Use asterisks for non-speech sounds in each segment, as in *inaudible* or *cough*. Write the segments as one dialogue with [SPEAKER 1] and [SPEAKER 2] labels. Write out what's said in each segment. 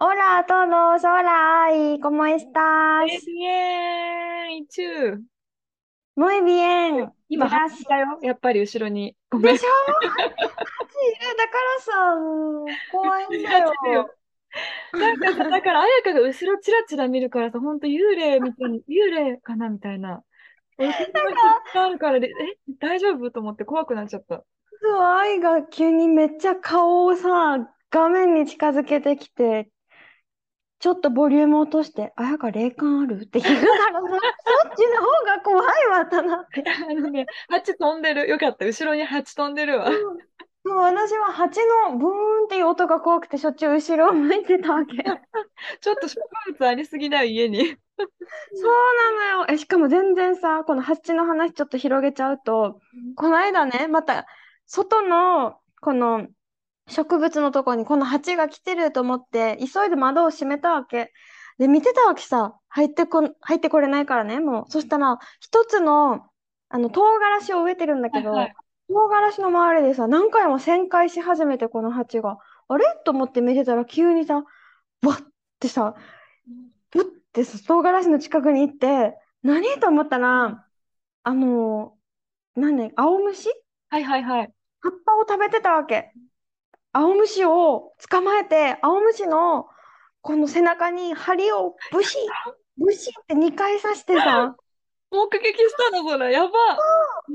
[SPEAKER 1] オラ、トドス、オラ、イ、コモエスタス。
[SPEAKER 2] イェーイチュー
[SPEAKER 1] ムイビエン。
[SPEAKER 2] 今、
[SPEAKER 1] グラ
[SPEAKER 2] 話
[SPEAKER 1] シ
[SPEAKER 2] だよ。やっぱり後ろに。ごめん
[SPEAKER 1] でしょ暑いね。だからさ、もう怖いんだよ。
[SPEAKER 2] なんかさ、だから、彩香が後ろチラチラ見るからさ、ほんと幽霊みたいに、幽霊かなみたいな。俺、そんなことあるからで、え、大丈夫と思って怖くなっちゃった。
[SPEAKER 1] そう、愛が急にめっちゃ顔をさ、画面に近づけてきて、ちょっとボリューム落として、あやか霊感あるって言うからさ、そっちの方が怖いわ、たなって。
[SPEAKER 2] あのね、蜂飛んでる。よかった。後ろに蜂飛んでるわ。
[SPEAKER 1] そう、私は蜂のブーンっていう音が怖くて、しょっちゅう後ろを向いてたわけ。そう
[SPEAKER 2] ちょっと植物ありすぎだよ、家に。
[SPEAKER 1] なのよ。え、しかも全然さ、この蜂の話ちょっと広げちゃうと
[SPEAKER 2] うん、
[SPEAKER 1] この間ね、また、外の、この、植物のとこにこの蜂が来てると思って急いで窓を閉めたわけで見てたわけさ入ってこん入ってこれないからねもうそしたら一つのあの唐辛子を植えてるんだけど、
[SPEAKER 2] はいはい
[SPEAKER 1] 唐辛子の周りでさ何回も旋回し始めてこの蜂があれと思って見てたら急にさわってさぶってさ唐辛子の近くに行って何と思ったらあの何ね青虫
[SPEAKER 2] はいはいはい。
[SPEAKER 1] 葉っぱを食べてたわけ。青虫を捕まえて、青虫のこの背中に針をブシッ、ブシッって2回刺してさ、
[SPEAKER 2] 目撃したの、それ。やば。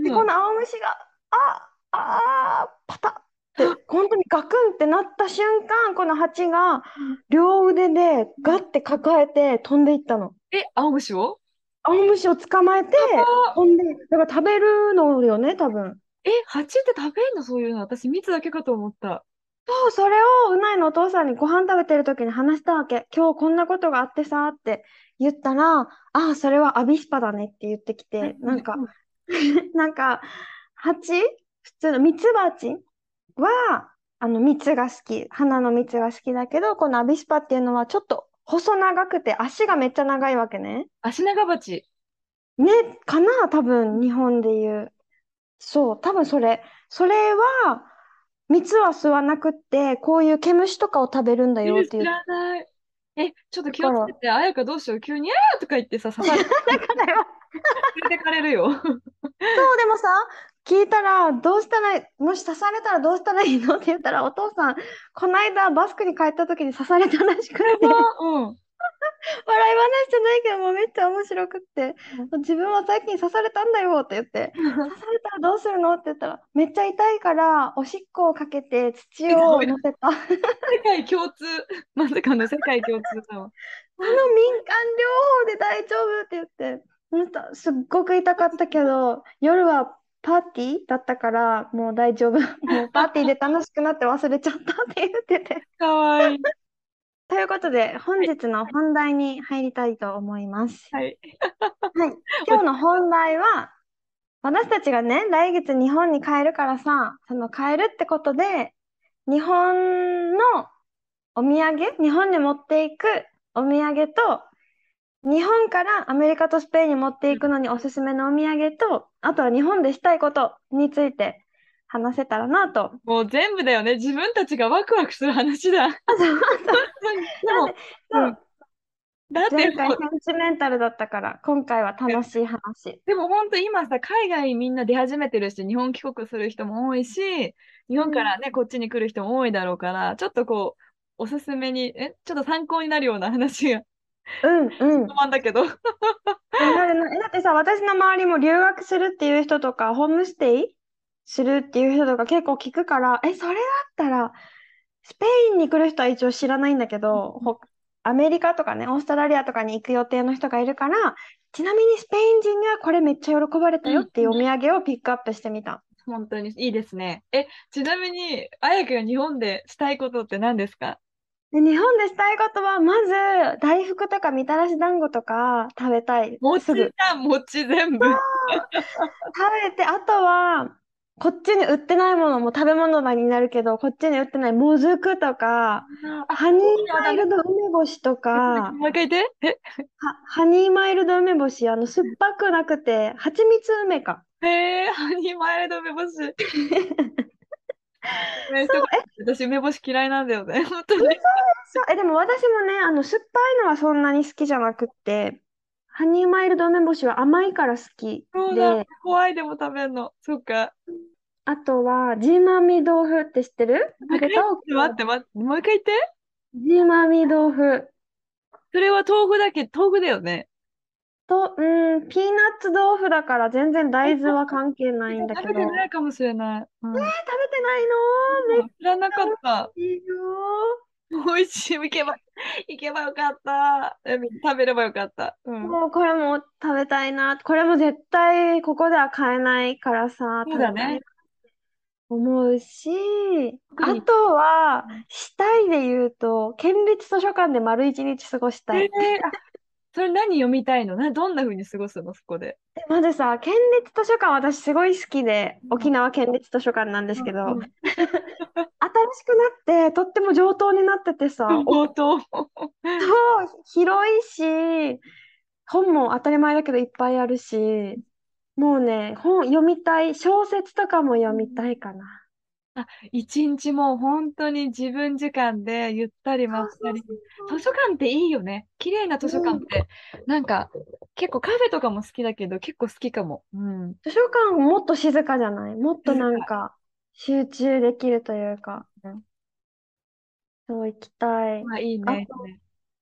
[SPEAKER 1] で、この青虫が、あ、あー、パタッって、本当にガクンってなった瞬間、この蜂が両腕でガッて抱えて飛んでいったの。
[SPEAKER 2] え、青虫を
[SPEAKER 1] 青虫を捕まえて
[SPEAKER 2] あ
[SPEAKER 1] 飛んで、だから食べるのよね、多分。
[SPEAKER 2] え、蜂って食べんのそういうの。私、蜜だけかと思った。
[SPEAKER 1] そう、それをうないのお父さんにご飯食べてる時に話したわけ。今日こんなことがあってさって言ったら、ああ、それはアビスパだねって言ってきて、なんか、 *laughs* なんか、蜂普通のミツバチは、あの、蜜が好き。花の蜜が好きだけど、このアビスパっていうのはちょっと細長くて足がめっちゃ長いわけね。
[SPEAKER 2] 足長蜂。
[SPEAKER 1] ね、かな、多分日本で言う。そう、多分それ。それは、蜜は吸わなくって、こういう毛虫とかを食べるんだよ
[SPEAKER 2] え
[SPEAKER 1] ってい
[SPEAKER 2] 知
[SPEAKER 1] う。
[SPEAKER 2] らない。え、ちょっと気をつけて、彩香どうしよう。急に、あーとか言ってさ、刺されて、
[SPEAKER 1] だから
[SPEAKER 2] 連れてかれるよ。
[SPEAKER 1] そう、でもさ、聞いたら、どうしたら、もし刺されたらどうしたらいいのって言ったら、お父さん、この間バスクに帰った時に刺されたらしくて、笑い話
[SPEAKER 2] うん。
[SPEAKER 1] じゃないけど、もうめっちゃ面白くって、自分は最近刺されたんだよって言って、刺されたらどうするのって言ったら、めっちゃ痛いから、おしっこをかけて土を乗せた。
[SPEAKER 2] 世界共通。まさかの世界共通だわ。
[SPEAKER 1] あの民間療法で大丈夫って言って、なんかすっごく痛かったけど、夜はパーティーだったから、もう大丈夫。もうパーティーで楽しくなって忘れちゃったって言ってて。
[SPEAKER 2] かわいい。
[SPEAKER 1] ということで、本日の本題に入りたいと思います。
[SPEAKER 2] はい。
[SPEAKER 1] 今日の本題は、私たちがね、来月日本に帰るからさ、その帰るってことで、日本のお土産、日本に持っていくお土産と、日本からアメリカとスペインに持っていくのにおすすめのお土産と、あとは日本でしたいことについて話せたらなと。
[SPEAKER 2] もう全部だよね。自分たちがワクワクする話 *laughs* だ。でも、
[SPEAKER 1] そう
[SPEAKER 2] だって
[SPEAKER 1] 前回
[SPEAKER 2] も
[SPEAKER 1] セ
[SPEAKER 2] う、
[SPEAKER 1] ンチメンタルだったから、今回は楽しい話。
[SPEAKER 2] でも本当今さ、海外みんな出始めてるし、日本帰国する人も多いし、日本からね、こっちに来る人も多いだろうから、ちょっとこう、おすすめに、え、ちょっと参考になるような話が、
[SPEAKER 1] うんうん。
[SPEAKER 2] 不満だけど。
[SPEAKER 1] えなるなえだってさ、私の周りも留学するっていう人とか、ホームステイするっていう人とか結構聞くから、え、それだったら、スペインに来る人は一応知らないんだけど、ほアメリカとかね、オーストラリアとかに行く予定の人がいるから、ちなみにスペイン人にはこれめっちゃ喜ばれたよっていうお土産をピックアップしてみた。
[SPEAKER 2] *laughs* 本当にいいですね。え、ちなみに、あやくが日本でしたいことって何ですか
[SPEAKER 1] で日本でしたいことは、まず、大福とかみたらし団子とか食べたい。
[SPEAKER 2] 餅
[SPEAKER 1] すぐ。
[SPEAKER 2] じゃん、餅全部。
[SPEAKER 1] 食べて、あとは、こっちに売ってないものも食べ物になるけど、こっちに売ってないもずくとか、
[SPEAKER 2] あ、
[SPEAKER 1] ハニーマイルド梅干しとか、
[SPEAKER 2] もう一回言って。
[SPEAKER 1] はハニーマイルド梅干し、あの、酸っぱくなくて、蜂蜜梅か。
[SPEAKER 2] え、へえ、ハニーマイルド梅
[SPEAKER 1] *laughs*
[SPEAKER 2] 干し。ね私、梅干し嫌いなんだよ
[SPEAKER 1] *laughs*
[SPEAKER 2] ね。本当に。
[SPEAKER 1] そう、え、でも私もね、あの、酸っぱいのはそんなに好きじゃなくって、ハニーマイルド梅干しは甘いから好き
[SPEAKER 2] そうだ
[SPEAKER 1] で、
[SPEAKER 2] 怖いでも食べんの。そっか。
[SPEAKER 1] あとは、ジーマミー豆腐って知ってる
[SPEAKER 2] もう一回
[SPEAKER 1] 食べた
[SPEAKER 2] 待って、待って、もう一回言って。
[SPEAKER 1] ジーマミー豆腐
[SPEAKER 2] それは豆腐だけ、豆腐だよね。
[SPEAKER 1] と、うん、ピーナッツ豆腐だから全然大豆は関係ないんだ
[SPEAKER 2] 食
[SPEAKER 1] け
[SPEAKER 2] べ
[SPEAKER 1] ど。
[SPEAKER 2] て
[SPEAKER 1] え、食べて
[SPEAKER 2] ないかもしれない。うん。
[SPEAKER 1] ないのめっ
[SPEAKER 2] 知らなかった。
[SPEAKER 1] ちゃいいよ。
[SPEAKER 2] 美味しい。行けば、行けばよかった。え食べればよかった。うん。
[SPEAKER 1] もうこれも食べたいな。これも絶対ここでは買えないからさ、
[SPEAKER 2] そう
[SPEAKER 1] 食
[SPEAKER 2] だ
[SPEAKER 1] べたい
[SPEAKER 2] ね
[SPEAKER 1] な。思うし、
[SPEAKER 2] 特
[SPEAKER 1] あ
[SPEAKER 2] に
[SPEAKER 1] とは、したいで言うと、県立図書館で丸一日過ごした
[SPEAKER 2] えーあ、
[SPEAKER 1] い。
[SPEAKER 2] それ何読みたいのな、どんな風に過ごすの、そこで。
[SPEAKER 1] でまずさ、県立図書館私すごい好きで、沖縄県立図書館なんですけ
[SPEAKER 2] う
[SPEAKER 1] ど、
[SPEAKER 2] ん
[SPEAKER 1] 新しくなって、とっても上等になっててさ、
[SPEAKER 2] うん冒頭。
[SPEAKER 1] 広いし、本も当たり前だけどいっぱいあるし、もうね、本読みたい、小説とかも読みたいかな。
[SPEAKER 2] 一日もう本当に自分時間でゆったりまったり。図書館っていいよね。綺麗な図書館って、なんか結構カフェとかも好きだけど、結構好きかも。うん。
[SPEAKER 1] 図書館もっと静かじゃないもっとなんか集中できるというか
[SPEAKER 2] うん、
[SPEAKER 1] そう行きたい。
[SPEAKER 2] まあいい
[SPEAKER 1] あ
[SPEAKER 2] ね。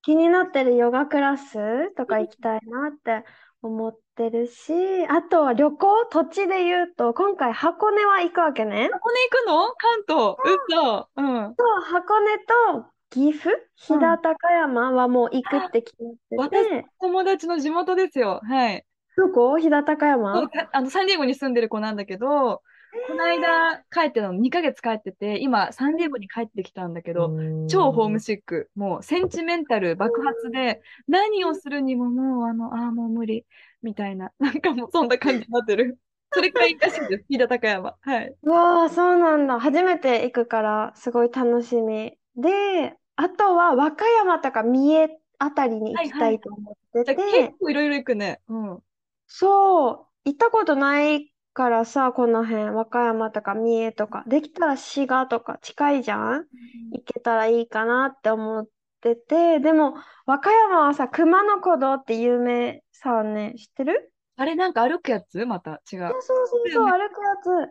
[SPEAKER 1] 気になってるヨガクラスとか行きたいなって思ってるし、あとは旅行、土地で言うと、今回箱根は行くわけね。
[SPEAKER 2] 箱根行くの関東。うん。
[SPEAKER 1] そう箱根と岐阜、飛騨高山はもう行くって決まってて、
[SPEAKER 2] 友達の地元ですよ。はい。
[SPEAKER 1] どこ飛騨高
[SPEAKER 2] そう
[SPEAKER 1] 山
[SPEAKER 2] かあの、サンディエゴに住んでる子なんだけど、この間帰ってたの、2ヶ月帰ってて、今、サンディエゴに帰ってきたんだけど、超ホームシック、もうセンチメンタル爆発で、何をするにももう、あの、ああ、もう無理、みたいな、 *laughs* なんかもうそんな感じになってる。それくらいらしいです、飯田高山。はい。
[SPEAKER 1] うわあ、そうなんだ。初めて行くから、すごい楽しみ。で、あとは和歌山とか三重あたりに行きたいと思って
[SPEAKER 2] だから
[SPEAKER 1] て
[SPEAKER 2] 結、構いろいろ行くね。うん。
[SPEAKER 1] そう、行ったことないからさ、この辺、和歌山とか三重とか、できたら滋賀とか近いじゃん行けたらいいかなって思ってて、でも、和歌山はさ、熊野古道って有名さね、知ってる
[SPEAKER 2] あれ、なんか歩くやつまた違う
[SPEAKER 1] そう。そうそう
[SPEAKER 2] そうだ
[SPEAKER 1] そう、歩くやつ。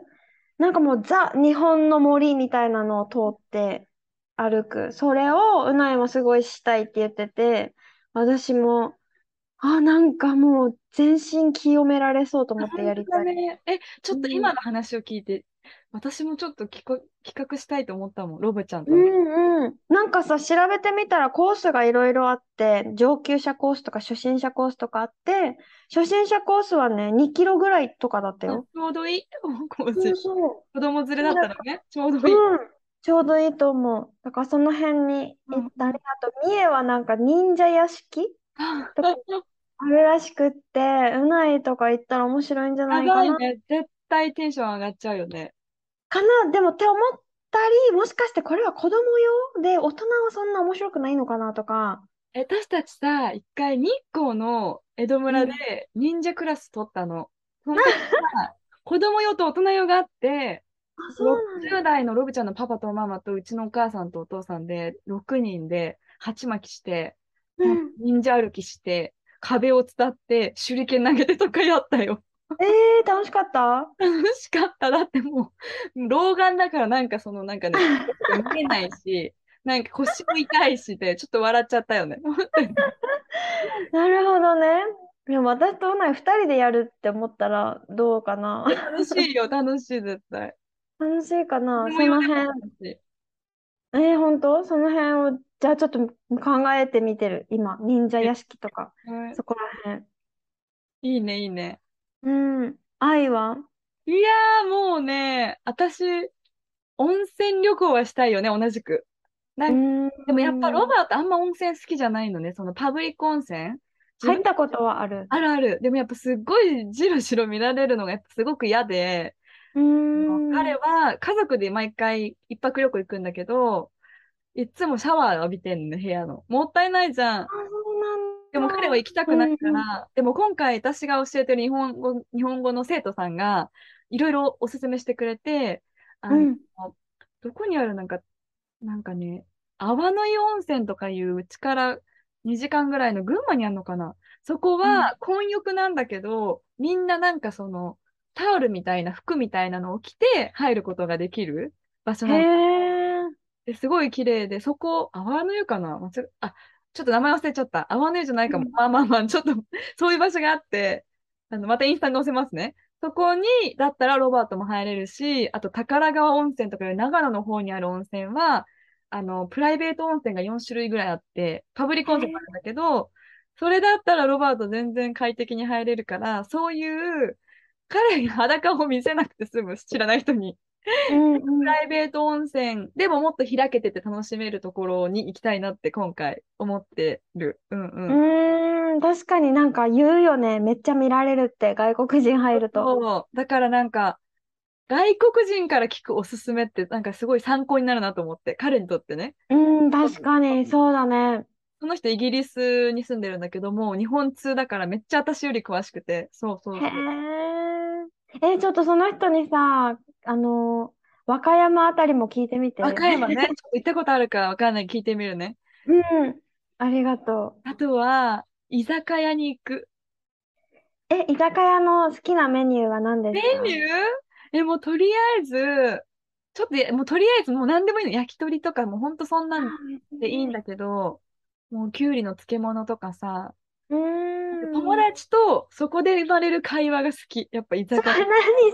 [SPEAKER 1] なんかもう、ザ・日本の森みたいなのを通って歩く。それを、うなえもすごいしたいって言ってて、私も、あ、なんかもう、全身清められそうと思ってやりたい。
[SPEAKER 2] ね、え、ちょっと今の話を聞いて、私もちょっと企画企画したいと思ったもん、ロブちゃんと
[SPEAKER 1] う
[SPEAKER 2] ね。
[SPEAKER 1] んうん。なんかさ、調べてみたらコースがいろいろあって、上級者コースとか初心者コースとかあって、初心者コースはね、2キロぐらいとかだった
[SPEAKER 2] あ
[SPEAKER 1] よ。
[SPEAKER 2] ちょうどいい。こう
[SPEAKER 1] そうそ
[SPEAKER 2] 子供連れだったらね、ちょうど
[SPEAKER 1] う。
[SPEAKER 2] *laughs* いい。
[SPEAKER 1] うん。ちょうどいいと思う。だからその辺に行ったり、あと三重はなんか忍者屋敷とかあるらしくって、うないとか行ったら面白いんじゃないか
[SPEAKER 2] 長い
[SPEAKER 1] な。
[SPEAKER 2] ね。絶対テンション上がっちゃうよね。
[SPEAKER 1] かな、でもって思ったり、もしかしてこれは子供用で大人はそんな面白くないのかなとか。
[SPEAKER 2] え私たちさ、一回日光の江戸村で忍者クラス取ったの。その時
[SPEAKER 1] *laughs*
[SPEAKER 2] さ子供用と大人用があって、
[SPEAKER 1] あ、そうなんだ。
[SPEAKER 2] 60代のロブちゃんのパパとママとうちのお母さんとお父さんで6人で鉢巻きして、
[SPEAKER 1] うん。
[SPEAKER 2] 忍者歩きして、壁を伝って手裏剣投げてとかやった
[SPEAKER 1] *laughs*
[SPEAKER 2] よ。
[SPEAKER 1] ええ楽しかった
[SPEAKER 2] 楽しかった。だってもう、老眼だからなんかそのなんかね、見えないし、なんか腰も痛いしで、ちょっと笑っちゃったよ
[SPEAKER 1] *laughs*
[SPEAKER 2] ね。本当に
[SPEAKER 1] なるほどね。でも私とうない二人でやるって思ったらどうかな。 *laughs*
[SPEAKER 2] 楽しいよ、楽しい、絶対。
[SPEAKER 1] 楽しいかな。
[SPEAKER 2] でも
[SPEAKER 1] その
[SPEAKER 2] 夜
[SPEAKER 1] 辺。
[SPEAKER 2] も楽しい
[SPEAKER 1] えー、本当その辺を、じゃあちょっと考えてみてる。今、忍者屋敷とか、
[SPEAKER 2] うん
[SPEAKER 1] そこら辺。
[SPEAKER 2] いいね、いいね。
[SPEAKER 1] うん。愛は
[SPEAKER 2] いやー、もうね、私、温泉旅行はしたいよね、同じく。なんで
[SPEAKER 1] で
[SPEAKER 2] もやっぱロバートあんま温泉好きじゃないのね、そのパブリック温泉。
[SPEAKER 1] 入ったことはある。
[SPEAKER 2] あるある。でもやっぱすっごいじろじろ見られるのがやっぱすごく嫌で、
[SPEAKER 1] うーん。
[SPEAKER 2] 彼は家族で毎回一泊旅行行くんだけど、いつもシャワー浴びてんのね、部屋の。もったいないじゃん。
[SPEAKER 1] あ、そうなんだ。
[SPEAKER 2] でも彼は行きたくないから、でも今回私が教えてる日本語、日本語の生徒さんが、いろいろおすすめしてくれて、あの、
[SPEAKER 1] うん
[SPEAKER 2] どこにあるなんか、なんかね、阿波の湯温泉とかいううちから2時間ぐらいの群馬にあるのかな。そこは混浴なんだけど、みんななんかその、タオルみたいな服みたいなのを着て入ることができる場所なの。
[SPEAKER 1] へー
[SPEAKER 2] ですごい綺麗で、そこ、阿波の湯かな間違えあ、ちょっと名前忘れちゃった。阿波の湯じゃないかも。
[SPEAKER 1] うん
[SPEAKER 2] まあまあまあ、ちょっと、そういう場所があって、あの、またインスタに載せますね。そこに、だったらロバートも入れるし、あと、宝川温泉とかいう長野の方にある温泉は、あの、プライベート温泉が4種類ぐらいあって、パブリック温泉もあるんだけど、それだったらロバート全然快適に入れるから、そういう、彼が裸を見せなくて済む、知らない人に。
[SPEAKER 1] うんうん
[SPEAKER 2] プライベート温泉でももっと開けてて楽しめるところに行きたいなって今回思ってる。うんうん。
[SPEAKER 1] うーん、確かになんか言うよね。めっちゃ見られるって、外国人入ると。
[SPEAKER 2] そう。だからなんか、外国人から聞くおすすめってなんかすごい参考になるなと思って、彼にとってね。
[SPEAKER 1] うん、確かに、そうだね。
[SPEAKER 2] その人イギリスに住んでるんだけども、日本通だからめっちゃ私より詳しくて。そうそう
[SPEAKER 1] へ
[SPEAKER 2] そう。
[SPEAKER 1] え。え、ちょっとその人にさ、あの、和歌山あたりも聞いてみて。
[SPEAKER 2] 和歌山ね、ちょっと行ったことあるかわかんない聞いてみるね。
[SPEAKER 1] *laughs* うん、ありがと
[SPEAKER 2] あとは、居酒屋に行く。
[SPEAKER 1] う。え、居酒屋の好きなメニューは何です
[SPEAKER 2] メ
[SPEAKER 1] か
[SPEAKER 2] ニューえ、もうとりあえず、ちょっとや、もうとりあえず、もう何でもいいの。焼き鳥とか、もうほんとそんなんでいいんだけど、もうきゅうりの漬物とかさ、
[SPEAKER 1] うーん。
[SPEAKER 2] 友達とそこで生まれる会話が好き。やっぱ居酒
[SPEAKER 1] 何
[SPEAKER 2] 屋。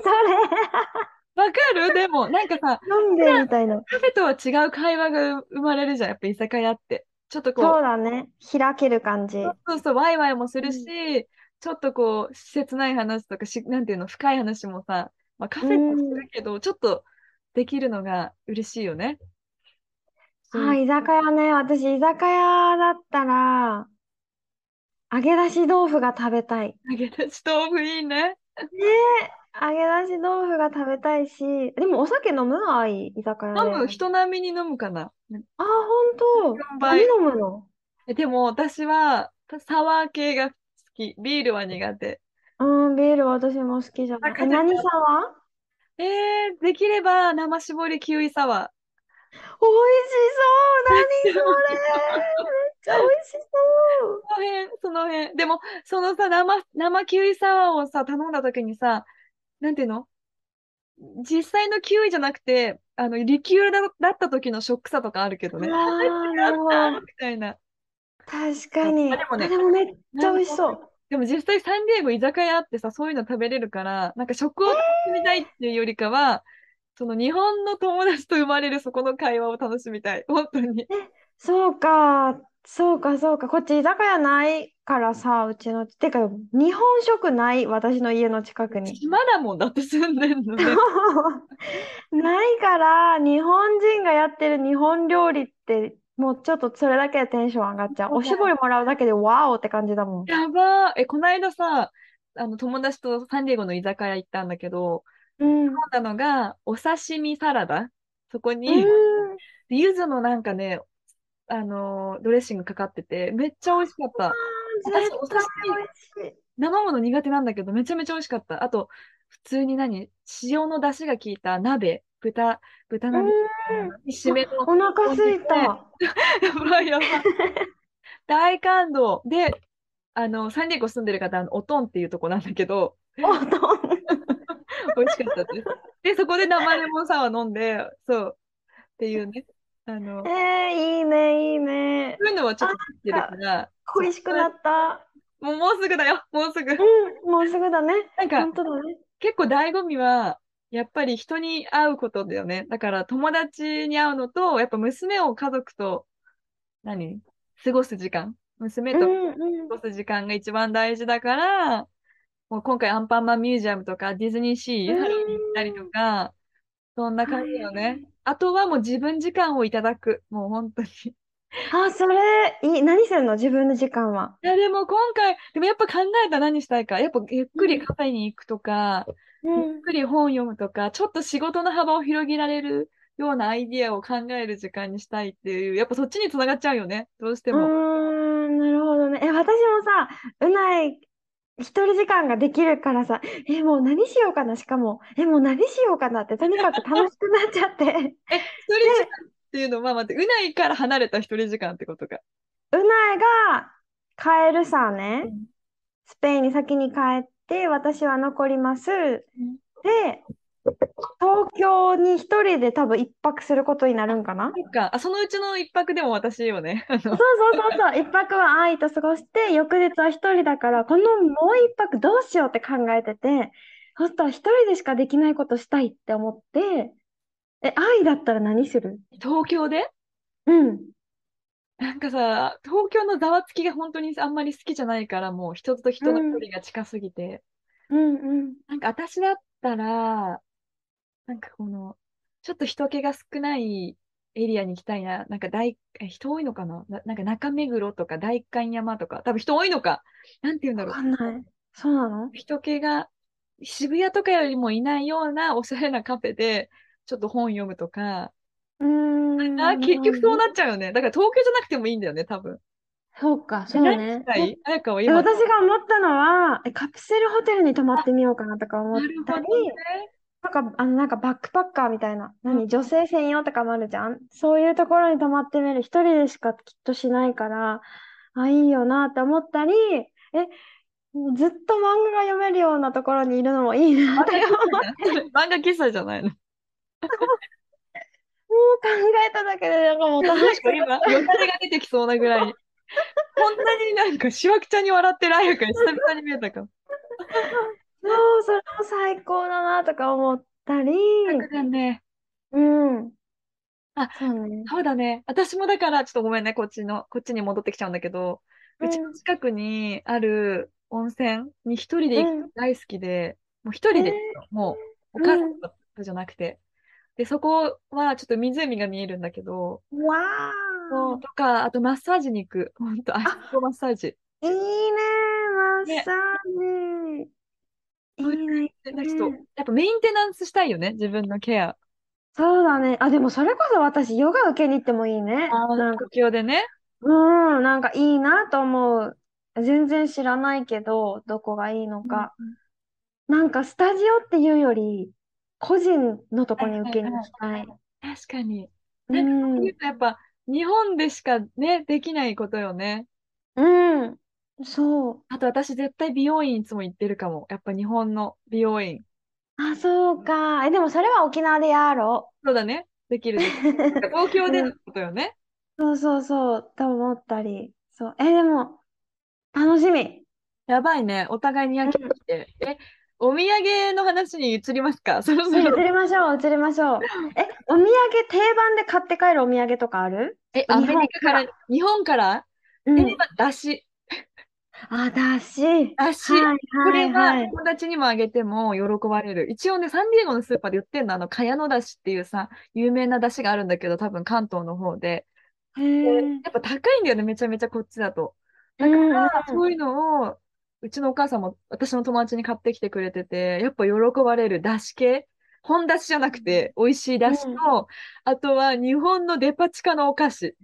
[SPEAKER 1] そ
[SPEAKER 2] わかるでも、なんかさ、
[SPEAKER 1] れ飲んでるみたいな。
[SPEAKER 2] カフェとは違う会話が生まれるじゃん。やっぱ居酒屋って。ちょっとこう
[SPEAKER 1] そう、だね。開ける感じ。
[SPEAKER 2] そうそうそう、ワイワイもするし、
[SPEAKER 1] う
[SPEAKER 2] ちょっとこう、切ない話とかし、なんていうの、深い話もさ、まあ、カフェもするけど、ちょっとできるのが嬉しいよね。
[SPEAKER 1] あ、居酒屋ね。私、居酒屋だったら、揚げ出し豆腐が食べたい。
[SPEAKER 2] 揚げ出し豆腐いいね。
[SPEAKER 1] 揚げ出し豆腐が食べたいし、でもお酒飲むあい、居酒屋
[SPEAKER 2] 飲む、
[SPEAKER 1] で。
[SPEAKER 2] 人並みに飲むかな。
[SPEAKER 1] あ、ほんと。
[SPEAKER 2] 4
[SPEAKER 1] 何
[SPEAKER 2] 倍。
[SPEAKER 1] 飲むの
[SPEAKER 2] えでも私は、サワー系が好き。ビールは苦手。
[SPEAKER 1] うん、ビール私も好きじゃない。
[SPEAKER 2] あ
[SPEAKER 1] え、何
[SPEAKER 2] カ
[SPEAKER 1] サワー
[SPEAKER 2] えー、できれば生搾りキウイサワ
[SPEAKER 1] 美味しそう。何それ。めっちゃ美味しそ
[SPEAKER 2] ー。そ
[SPEAKER 1] う。
[SPEAKER 2] の辺、その辺。でも、そのさ、生、生キウイサワーをさ、頼んだ時にさ、なんていうの実際のキウイじゃなくて、あの、リキュールだ、だった時のショックさとかあるけどね。
[SPEAKER 1] あーなるほど
[SPEAKER 2] みたいな。
[SPEAKER 1] 確かに。
[SPEAKER 2] あでもね
[SPEAKER 1] あでもめっちゃ美味しそう。
[SPEAKER 2] でも実際サンディエゴ居酒屋あってさ、そういうの食べれるから、なんか食を楽しみたいっていうよりかは、その日本の友達と生まれるそこの会話を楽しみたい。本当に。
[SPEAKER 1] そうか、そうか、そうか。こっち居酒屋ないからさ、うちの。てか、日本食ない、私の家の近くに。
[SPEAKER 2] 島だもんだって住んでんのね。
[SPEAKER 1] *laughs* ないから、日本人がやってる日本料理って、もうちょっとそれだけでテンション上がっちゃう。
[SPEAKER 2] そう
[SPEAKER 1] お
[SPEAKER 2] だ
[SPEAKER 1] しぼりもらうだけで、ワオって感じだもん。
[SPEAKER 2] やばー。え、この間さ、あの友達とサンディエゴの居酒屋行ったんだけど、
[SPEAKER 1] うん。
[SPEAKER 2] 頼んだのがお刺身サラダ。そこに、
[SPEAKER 1] うん。
[SPEAKER 2] 柚子のなんかね、あのードレッシングかかってて、めっちゃ美味しかった。私お
[SPEAKER 1] 絶対
[SPEAKER 2] 刺
[SPEAKER 1] 美味しい。
[SPEAKER 2] 生もの苦手なんだけど、めちゃめちゃ美味しかった。あと、普通に何塩の出汁が効いた鍋、豚、豚鍋、締めの、
[SPEAKER 1] お腹すいた。
[SPEAKER 2] *laughs* やばいやばい。 *laughs* 大感動。で、あの、サンディエゴ住んでる方、あのおとんっていうとこなんだけど、
[SPEAKER 1] おとん。
[SPEAKER 2] *laughs* 美味しかったです。で、そこで生レモンサワー飲んで、そう、っていうね。あの、そ
[SPEAKER 1] *laughs* えー、いいね、いいね。
[SPEAKER 2] ういうのはちょっと知ってるから、
[SPEAKER 1] 恋しくなった。
[SPEAKER 2] もうもうすぐだよ、もうすぐ。
[SPEAKER 1] うん、もうすぐだね。
[SPEAKER 2] なんか
[SPEAKER 1] 本、当だね。
[SPEAKER 2] 結構醍醐味は、やっぱり人に会うことだよね。だから友達に会うのと、やっぱ娘を家族と、何過ごす時間。娘
[SPEAKER 1] う
[SPEAKER 2] と
[SPEAKER 1] んうん
[SPEAKER 2] 過ごす時間が一番大事だから、もう今回アンパンマンミュージアムとかディズニーシー、
[SPEAKER 1] うん
[SPEAKER 2] 春に行ったりとか、そんな感じよね。あとはもう自分時間をいただく。もう本当に。い
[SPEAKER 1] あ、それ、いい、何するの自分の時間は。
[SPEAKER 2] やでも今回、でもやっぱ考えたら何したいか。やっぱゆっくりカフェに行くとか、
[SPEAKER 1] う
[SPEAKER 2] ゆっ。くり本読むとか、ちょっと仕事の幅を広げられるようなアイディアを考える時間にしたいっていう、やっぱそっちにつながっちゃうよね。どうして
[SPEAKER 1] う
[SPEAKER 2] も。
[SPEAKER 1] ーん、なるほどね。え、私もさ、うない、一人時間ができるからさ、え、もう何しようかな、しかも、え、もう何しようかなって、とにかく楽しくなっちゃって。
[SPEAKER 2] え、
[SPEAKER 1] *laughs*
[SPEAKER 2] 一人時間っていうのは、待って、うないから離れた一人時間ってことか。
[SPEAKER 1] うないが帰るさね
[SPEAKER 2] う、ん
[SPEAKER 1] スペインに先に帰って、私は残ります。
[SPEAKER 2] ん
[SPEAKER 1] で、東京に一人で多分一泊することになるんかな。
[SPEAKER 2] そっか、あ、そのうちの一泊でも私よね。あ
[SPEAKER 1] そう
[SPEAKER 2] の
[SPEAKER 1] そうそうそう、一泊は愛と過ごして、翌日は一人だから、このもう一泊どうしようって考えてて、そうすると一人でしかできないことしたいって思って、え、愛だったら何する
[SPEAKER 2] 東京で
[SPEAKER 1] うん。
[SPEAKER 2] なんかさ、東京のざわつきが本当にあんまり好きじゃないから、もう人と人の距離が近すぎて。
[SPEAKER 1] うんうん。
[SPEAKER 2] なんか私だったら、なんかこの、ちょっと人気が少ないエリアに行きたいな。なんか大、え、人多いのかなな、なんか中目黒とか代官山とか、多分人多いのか。なんて言うんだ
[SPEAKER 1] わ
[SPEAKER 2] ろう。
[SPEAKER 1] かんない。そうなの
[SPEAKER 2] 人気が渋谷とかよりもいないようなおしゃれなカフェで、ちょっと本読むとか。
[SPEAKER 1] うーん。
[SPEAKER 2] あ、結局そうなっちゃうよね。だから東京じゃなくてもいいんだよね、多分。
[SPEAKER 1] そうか、そうね。
[SPEAKER 2] は
[SPEAKER 1] え
[SPEAKER 2] い。なんかは
[SPEAKER 1] え
[SPEAKER 2] 今。
[SPEAKER 1] 私が思ったのは、えカプセルホテルに泊まってみようかなとか思っ
[SPEAKER 2] なるほ
[SPEAKER 1] た
[SPEAKER 2] ど
[SPEAKER 1] り、
[SPEAKER 2] ね。
[SPEAKER 1] なんか、あの、なんかバックパッカーみたいな、
[SPEAKER 2] う
[SPEAKER 1] 何、女性専用とかもあるじゃん。そういうところに泊まってみる。一人でしかきっとしないから、あ、いいよなって思ったり、え、ずっと漫画が読めるようなところにいるのもいいなって思う。もう
[SPEAKER 2] *laughs* 漫画喫茶じゃないの。
[SPEAKER 1] 考えただけでなんかもう楽しくなっ
[SPEAKER 2] 今、よだれが出てきそうなぐらい。こんなになんか、しわくちゃに笑ってるあやか久々に見えたかも。
[SPEAKER 1] *laughs* そう、それも最高だなとか思ったり、
[SPEAKER 2] そうだね。
[SPEAKER 1] うん。
[SPEAKER 2] あ、
[SPEAKER 1] そうね。
[SPEAKER 2] そうだね。私もだから、ちょっとごめんね、こっちの、こっちに戻ってきちゃうんだけど、うちの近くにある温泉に一人で行くの大好きで、もう一人で、もう、お母さんとかじゃなくて。で、そこはちょっと湖が見えるんだけど、
[SPEAKER 1] うん。わ
[SPEAKER 2] そう、とか、あとマッサージに行く。本当、足つぼマッサージ。
[SPEAKER 1] ー、いいね、マッ
[SPEAKER 2] ね
[SPEAKER 1] サージ。
[SPEAKER 2] そう
[SPEAKER 1] いいね。
[SPEAKER 2] でなんかちょっと、やっぱメンテナンスしたいよね、自分のケア。
[SPEAKER 1] そうだね。あ、でもそれこそ私、ヨガ受けに行ってもいいね。なんか、
[SPEAKER 2] 東京でね。
[SPEAKER 1] うん、なんかいいなと思う。全然知らないけど、どこがいいのか。なんか、スタジオっていうより、個人のとこに受けに行きたい。
[SPEAKER 2] 確かに。
[SPEAKER 1] う
[SPEAKER 2] そ
[SPEAKER 1] ん
[SPEAKER 2] ういう、とやっぱ、日本でしかね、できないことよね。
[SPEAKER 1] うん、そう。
[SPEAKER 2] あと私絶対美容院いつも行ってるかも。やっぱ日本の美容院。
[SPEAKER 1] あ、そうか。え、でもそれは沖縄でやろ
[SPEAKER 2] そうだね。できるできる。
[SPEAKER 1] う。 *laughs*
[SPEAKER 2] 東京でのことよね。
[SPEAKER 1] そうそうそう、と思ったり。そう。え、でも、楽しみ。
[SPEAKER 2] やばいね。お互いに焼ききて。え、お土産の話に移りますかそろそ
[SPEAKER 1] え、移
[SPEAKER 2] ろ。
[SPEAKER 1] りましょう、移りましょう。え、お土産、定番で買って帰るお土産とかある
[SPEAKER 2] え、
[SPEAKER 1] 日
[SPEAKER 2] ア
[SPEAKER 1] 本
[SPEAKER 2] メリカから、日本から、
[SPEAKER 1] う
[SPEAKER 2] え、
[SPEAKER 1] ん。
[SPEAKER 2] だし。
[SPEAKER 1] あ、だし。
[SPEAKER 2] だし。
[SPEAKER 1] はい
[SPEAKER 2] これ
[SPEAKER 1] は
[SPEAKER 2] はい
[SPEAKER 1] はい。
[SPEAKER 2] 友達にもあげても喜ばれる。一応ね、サンディエゴのスーパーで売ってるの、あの、茅野だしっていうさ、有名なだしがあるんだけど、多分関東の方で。
[SPEAKER 1] へー
[SPEAKER 2] やっぱ高いんだよね、めちゃめちゃこっちだと。だ
[SPEAKER 1] う
[SPEAKER 2] か
[SPEAKER 1] んうん
[SPEAKER 2] ら、そういうのを、うちのお母さんも私の友達に買ってきてくれてて、やっぱ喜ばれるだし系。本だしじゃなくて、美味しいだしと、
[SPEAKER 1] うん
[SPEAKER 2] あとは日本のデパ地下のお菓子。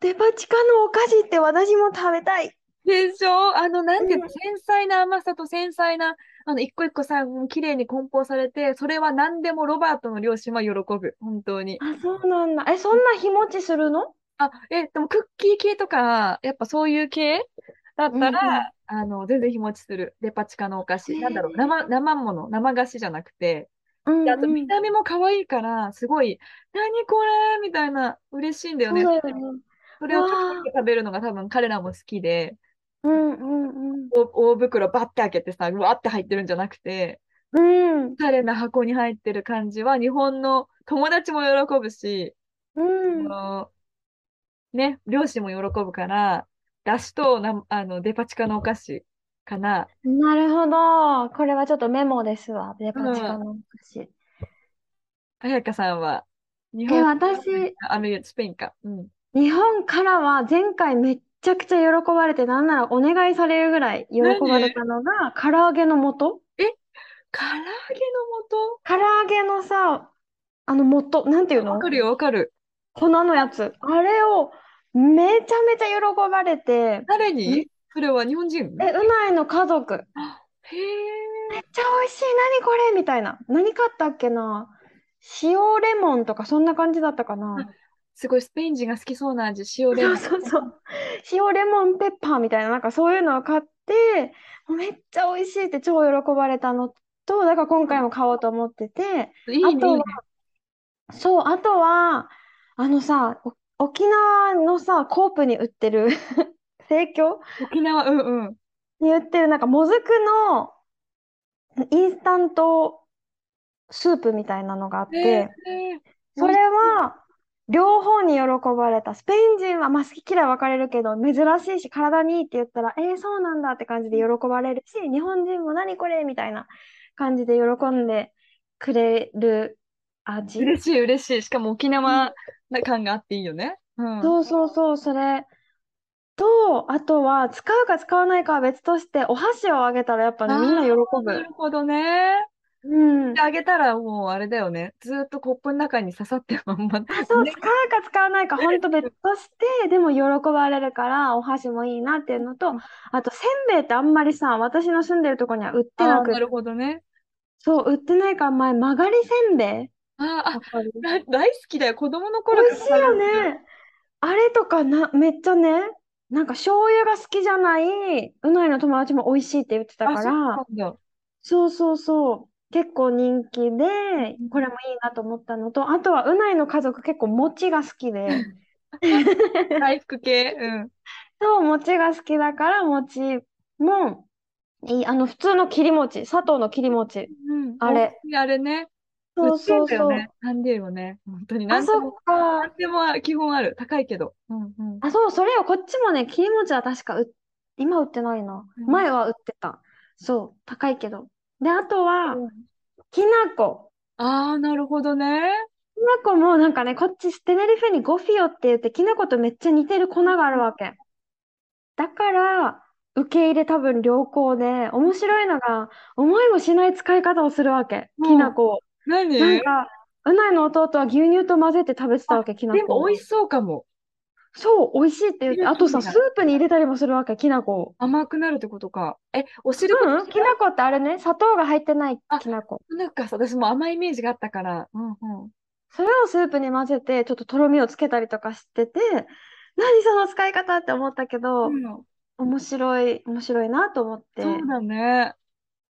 [SPEAKER 1] デパ地下のお菓子って私も食べたい。
[SPEAKER 2] でしょあの、なんていうの、
[SPEAKER 1] うん
[SPEAKER 2] 繊細な甘さと繊細な、あの、一個一個さ、もう綺麗に梱包されて、それは何でもロバートの両親は喜ぶ。本当に。
[SPEAKER 1] あ、そうなんだ。え、そんな日持ちするの
[SPEAKER 2] あ、え、でもクッキー系とか、やっぱそういう系だったら、あの、全然日持ちする。デパ地下のお菓
[SPEAKER 1] へ
[SPEAKER 2] 子。
[SPEAKER 1] ー
[SPEAKER 2] なんだろう、生、生もの、生菓子じゃなくて。
[SPEAKER 1] うん
[SPEAKER 2] であと
[SPEAKER 1] うん
[SPEAKER 2] 見た目も可愛いから、すごい、何これみたいな、嬉しいんだよ
[SPEAKER 1] そう
[SPEAKER 2] ね。
[SPEAKER 1] だよね。
[SPEAKER 2] それを
[SPEAKER 1] わ
[SPEAKER 2] ち
[SPEAKER 1] ー
[SPEAKER 2] ょっと食べるのが多分彼らも好きで、
[SPEAKER 1] うんうんうん。
[SPEAKER 2] お大袋バッて開けてさ、うわって入ってるんじゃなくて、
[SPEAKER 1] うん
[SPEAKER 2] おしゃれな箱に入ってる感じは日本の友達も喜ぶし、
[SPEAKER 1] うん。
[SPEAKER 2] あのね、両親も喜ぶから、だしとなあのデパ地下のお菓子かな。
[SPEAKER 1] なるほど。これはちょっとメモですわ。デパ地下のお菓子。
[SPEAKER 2] あやかさんは、日
[SPEAKER 1] え、
[SPEAKER 2] 本、
[SPEAKER 1] 私、
[SPEAKER 2] アメリカ、スペインか。うん。
[SPEAKER 1] 日本からは前回めっちゃくちゃ喜ばれて、なんならお願いされるぐらい喜ばれたのが、唐揚げの
[SPEAKER 2] 唐
[SPEAKER 1] 素。
[SPEAKER 2] 揚げの素
[SPEAKER 1] 唐揚げのさ、あの素、なんていう
[SPEAKER 2] わ
[SPEAKER 1] の
[SPEAKER 2] かるよ、わかる。
[SPEAKER 1] 粉のやつ。あれをめちゃめちゃ喜ばれて、
[SPEAKER 2] 誰
[SPEAKER 1] え
[SPEAKER 2] にそれは日本人
[SPEAKER 1] え、うないの家族。
[SPEAKER 2] へえ。
[SPEAKER 1] めっちゃ美味しい、何これみたいな。何買ったっけな塩レモンとかそんな感じだったかな。
[SPEAKER 2] すごいスペイン人が好きそうな味、塩で
[SPEAKER 1] そう。そうそう。塩レモンペッパーみたいな、なんかそういうのを買って、めっちゃ美味しいって超喜ばれたのと、だから今回も買おうと思ってて、
[SPEAKER 2] いいね、いい
[SPEAKER 1] あとは
[SPEAKER 2] ね。
[SPEAKER 1] そう、あとは、あのさ、お沖縄のさ、コープに売ってる *laughs* 生協
[SPEAKER 2] 沖縄、うんうん。
[SPEAKER 1] に売ってる、なんかもずくのインスタントスープみたいなのがあっ
[SPEAKER 2] へ
[SPEAKER 1] て、
[SPEAKER 2] え。
[SPEAKER 1] それは両方に喜ばれた。スペイン人は、まあ、好き嫌い分かれるけど、珍しいし、体にいいって言ったら、えー、そうなんだって感じで喜ばれるし、日本人も何これみたいな感じで喜んでくれる味。
[SPEAKER 2] 嬉しい、嬉しい。しかも沖縄な感があっていいよね。うん。
[SPEAKER 1] そうそうそう、それと、あとは、使うか使わないかは別として、お箸をあげたらやっぱね、みんな喜
[SPEAKER 2] なる
[SPEAKER 1] ぶ。
[SPEAKER 2] ほどね。
[SPEAKER 1] うん。
[SPEAKER 2] であげたらもうあれだよね。ずーっとコップの中に刺さってるまんま。
[SPEAKER 1] そう、
[SPEAKER 2] ね
[SPEAKER 1] 使うか使わないか、本当別として、でも喜ばれるから、お箸もいいなっていうのと、あと、せんべいってあんまりさ、私の住んでるとこには売ってな
[SPEAKER 2] あー
[SPEAKER 1] く
[SPEAKER 2] な、るほどね。
[SPEAKER 1] そう、売ってないから、前、曲がりせんべい
[SPEAKER 2] あーあ
[SPEAKER 1] わ、かる
[SPEAKER 2] だ大好きだよ。子供の頃から
[SPEAKER 1] 美味しいよね。あれとかな、めっちゃね、なんか醤油が好きじゃない、うないの友達も美味しいって言ってた
[SPEAKER 2] あ、
[SPEAKER 1] か
[SPEAKER 2] そう
[SPEAKER 1] ら
[SPEAKER 2] な、んだ。
[SPEAKER 1] そうそうそう。結構人気で、
[SPEAKER 2] ん
[SPEAKER 1] これもいいなと思ったのと、あとはうないの家族結構餅が好きで、
[SPEAKER 2] 回復系。うん。
[SPEAKER 1] そう、餅が好きだから餅もいい。あの、普通の切り餅、砂糖の切り餅。
[SPEAKER 2] うん、
[SPEAKER 1] あれ。
[SPEAKER 2] あれね。
[SPEAKER 1] そう
[SPEAKER 2] 売ってんだよ
[SPEAKER 1] そう
[SPEAKER 2] ね。なんでよね。本当に
[SPEAKER 1] そう。あ、
[SPEAKER 2] 何で
[SPEAKER 1] そ
[SPEAKER 2] も、
[SPEAKER 1] っか。
[SPEAKER 2] 何でも基本ある。高いけど。うんうん。
[SPEAKER 1] あ、そう、それをこっちもね、切り餅は確かう、今売ってないな。
[SPEAKER 2] うん
[SPEAKER 1] 前は売ってた。そう、高いけど。で、あとは、
[SPEAKER 2] うん
[SPEAKER 1] きなこ。
[SPEAKER 2] ああ、なるほどね。
[SPEAKER 1] きなこもなんかね、こっちテネリフェにゴフィオって言って、きなことめっちゃ似てる粉があるわけ。だから、受け入れ多分良好で、面白いのが、思いもしない使い方をするわけ。
[SPEAKER 2] うん
[SPEAKER 1] きなこを。
[SPEAKER 2] 何
[SPEAKER 1] なん
[SPEAKER 2] で
[SPEAKER 1] か、うないの弟は牛乳と混ぜて食べてたわけ、きな
[SPEAKER 2] も
[SPEAKER 1] こ。
[SPEAKER 2] 美味しそうかも。
[SPEAKER 1] そう、美味しいって言っ
[SPEAKER 2] き
[SPEAKER 1] て、
[SPEAKER 2] な
[SPEAKER 1] あ
[SPEAKER 2] こ
[SPEAKER 1] と
[SPEAKER 2] みたい
[SPEAKER 1] さ、スープに入れたりもするわけ、きなこを。
[SPEAKER 2] 甘くなるってことか。え、お汁粉
[SPEAKER 1] うん、きなこってあれね、砂糖が入ってない
[SPEAKER 2] あ
[SPEAKER 1] きなこ。
[SPEAKER 2] なんかさ、私も甘いイメージがあったから。うんうん。
[SPEAKER 1] それをスープに混ぜて、ちょっととろみをつけたりとかしてて、何その使い方って思ったけど、
[SPEAKER 2] うん
[SPEAKER 1] 面白い、面白いなと思って。
[SPEAKER 2] そうだね。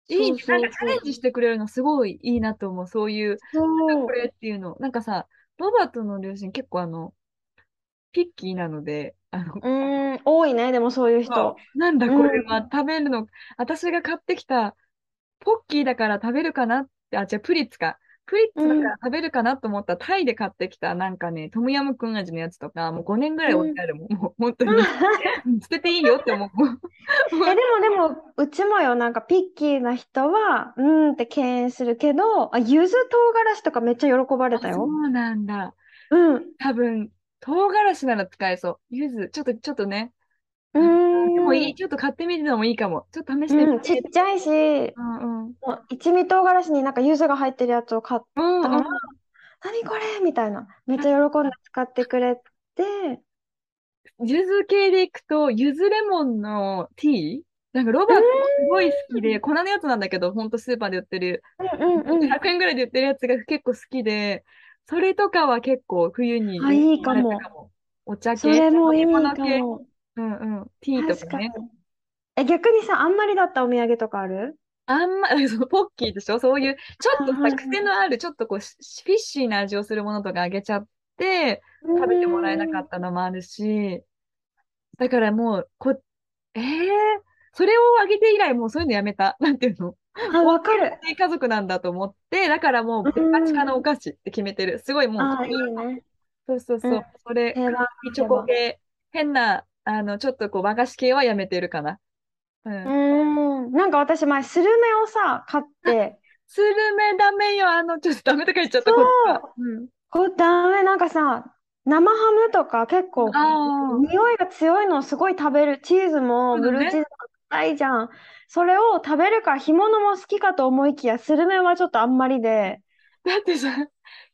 [SPEAKER 2] いいね、
[SPEAKER 1] そうそうそう
[SPEAKER 2] なんかチャレンジしてくれるのすごいいいなと思う。そういう、
[SPEAKER 1] そう
[SPEAKER 2] これっていうの。なんかさ、ロバートの両親結構あの、ピッキーなので、あの、
[SPEAKER 1] うーん、多いね、でもそういう *laughs* 人。
[SPEAKER 2] なんだ
[SPEAKER 1] うん
[SPEAKER 2] これは、食べるの、私が買ってきたポッキーだから食べるかなって、あ、じゃプリッツか。プリッツだから食べるかなと思ったら、タイで買ってきたなんかね、トムヤムクン味のやつとか、もう5年ぐらい置いてあるもん。もう本当に捨てていいよって思う。
[SPEAKER 1] え、でもでも、うちもよ、なんかピッキーな人は、うーんって敬遠するけど、あ、柚子唐辛子とかめっちゃ喜ばれた
[SPEAKER 2] あそ
[SPEAKER 1] よ。
[SPEAKER 2] うなんだ。
[SPEAKER 1] うん。う
[SPEAKER 2] 多分、唐辛子なら使えそう。柚子、ちょっと、ちょっとね。
[SPEAKER 1] ー
[SPEAKER 2] でもいい。
[SPEAKER 1] ん。
[SPEAKER 2] ちょっと買ってみるのもいいかも。ちょっと試してみ
[SPEAKER 1] うん、
[SPEAKER 2] て。
[SPEAKER 1] ちっちゃいし、
[SPEAKER 2] うんうん。
[SPEAKER 1] もう一味唐辛子になんか柚子が入ってるやつを買っ
[SPEAKER 2] うん
[SPEAKER 1] たから、
[SPEAKER 2] うん。
[SPEAKER 1] 何これみたいな。めっちゃ喜んで使ってくれて、
[SPEAKER 2] 柚子系でいくと、柚子レモンのティーなんかロバートすごい好きで、粉のやつなんだけど、ほんとスーパーで売ってる、
[SPEAKER 1] うんうんうん。
[SPEAKER 2] 100円ぐらいで売ってるやつが結構好きで、それとかは結構冬に
[SPEAKER 1] あいいかも
[SPEAKER 2] 喜ばれたも。お茶
[SPEAKER 1] そ
[SPEAKER 2] 系、
[SPEAKER 1] れもいい
[SPEAKER 2] 飲み物
[SPEAKER 1] か
[SPEAKER 2] 系、
[SPEAKER 1] も。
[SPEAKER 2] うんうん、ティーと
[SPEAKER 1] 確
[SPEAKER 2] か
[SPEAKER 1] か
[SPEAKER 2] ね。
[SPEAKER 1] に。え、逆にさ、あんまりだったお土産とかある
[SPEAKER 2] あんま、 *laughs* そのポッキーでしょそういう、ちょっと
[SPEAKER 1] はい
[SPEAKER 2] さ、
[SPEAKER 1] はいはい
[SPEAKER 2] 癖のある、ちょっとこう、しフィッシーな味をするものとかあげちゃって、食べてもらえなかったのもあるし、だからもう、こ、えー、それをあげて以来、もうそういうのやめた。 *laughs* なんていうの
[SPEAKER 1] た。あ、わかる。
[SPEAKER 2] 家族なんだと思って、だからもう、デパ地下のお菓子って決めてる。すごいもう、
[SPEAKER 1] あ、いいね。
[SPEAKER 2] そうそうそうう、それ、
[SPEAKER 1] 定番
[SPEAKER 2] チョコ系、変な、あの、ちょっとこう、和菓子系はやめてるかな。うん
[SPEAKER 1] うん。なんか私前、スルメをさ、買って、
[SPEAKER 2] スルメダメよ、あの、ちょっとダメとか言っちゃった、
[SPEAKER 1] そ
[SPEAKER 2] こ
[SPEAKER 1] う
[SPEAKER 2] っちは。うん。
[SPEAKER 1] これダメ、なんかさ、生ハムとか結構、
[SPEAKER 2] あ
[SPEAKER 1] *laughs*
[SPEAKER 2] ー
[SPEAKER 1] 匂いが強いのをすごい食べる。チーズ
[SPEAKER 2] そ
[SPEAKER 1] も
[SPEAKER 2] う
[SPEAKER 1] ブ
[SPEAKER 2] だね
[SPEAKER 1] ルーチーズも硬いじゃん。それを食べるから干物も好きかと思いきや、スルメはちょっとあんまりで、
[SPEAKER 2] だってさ、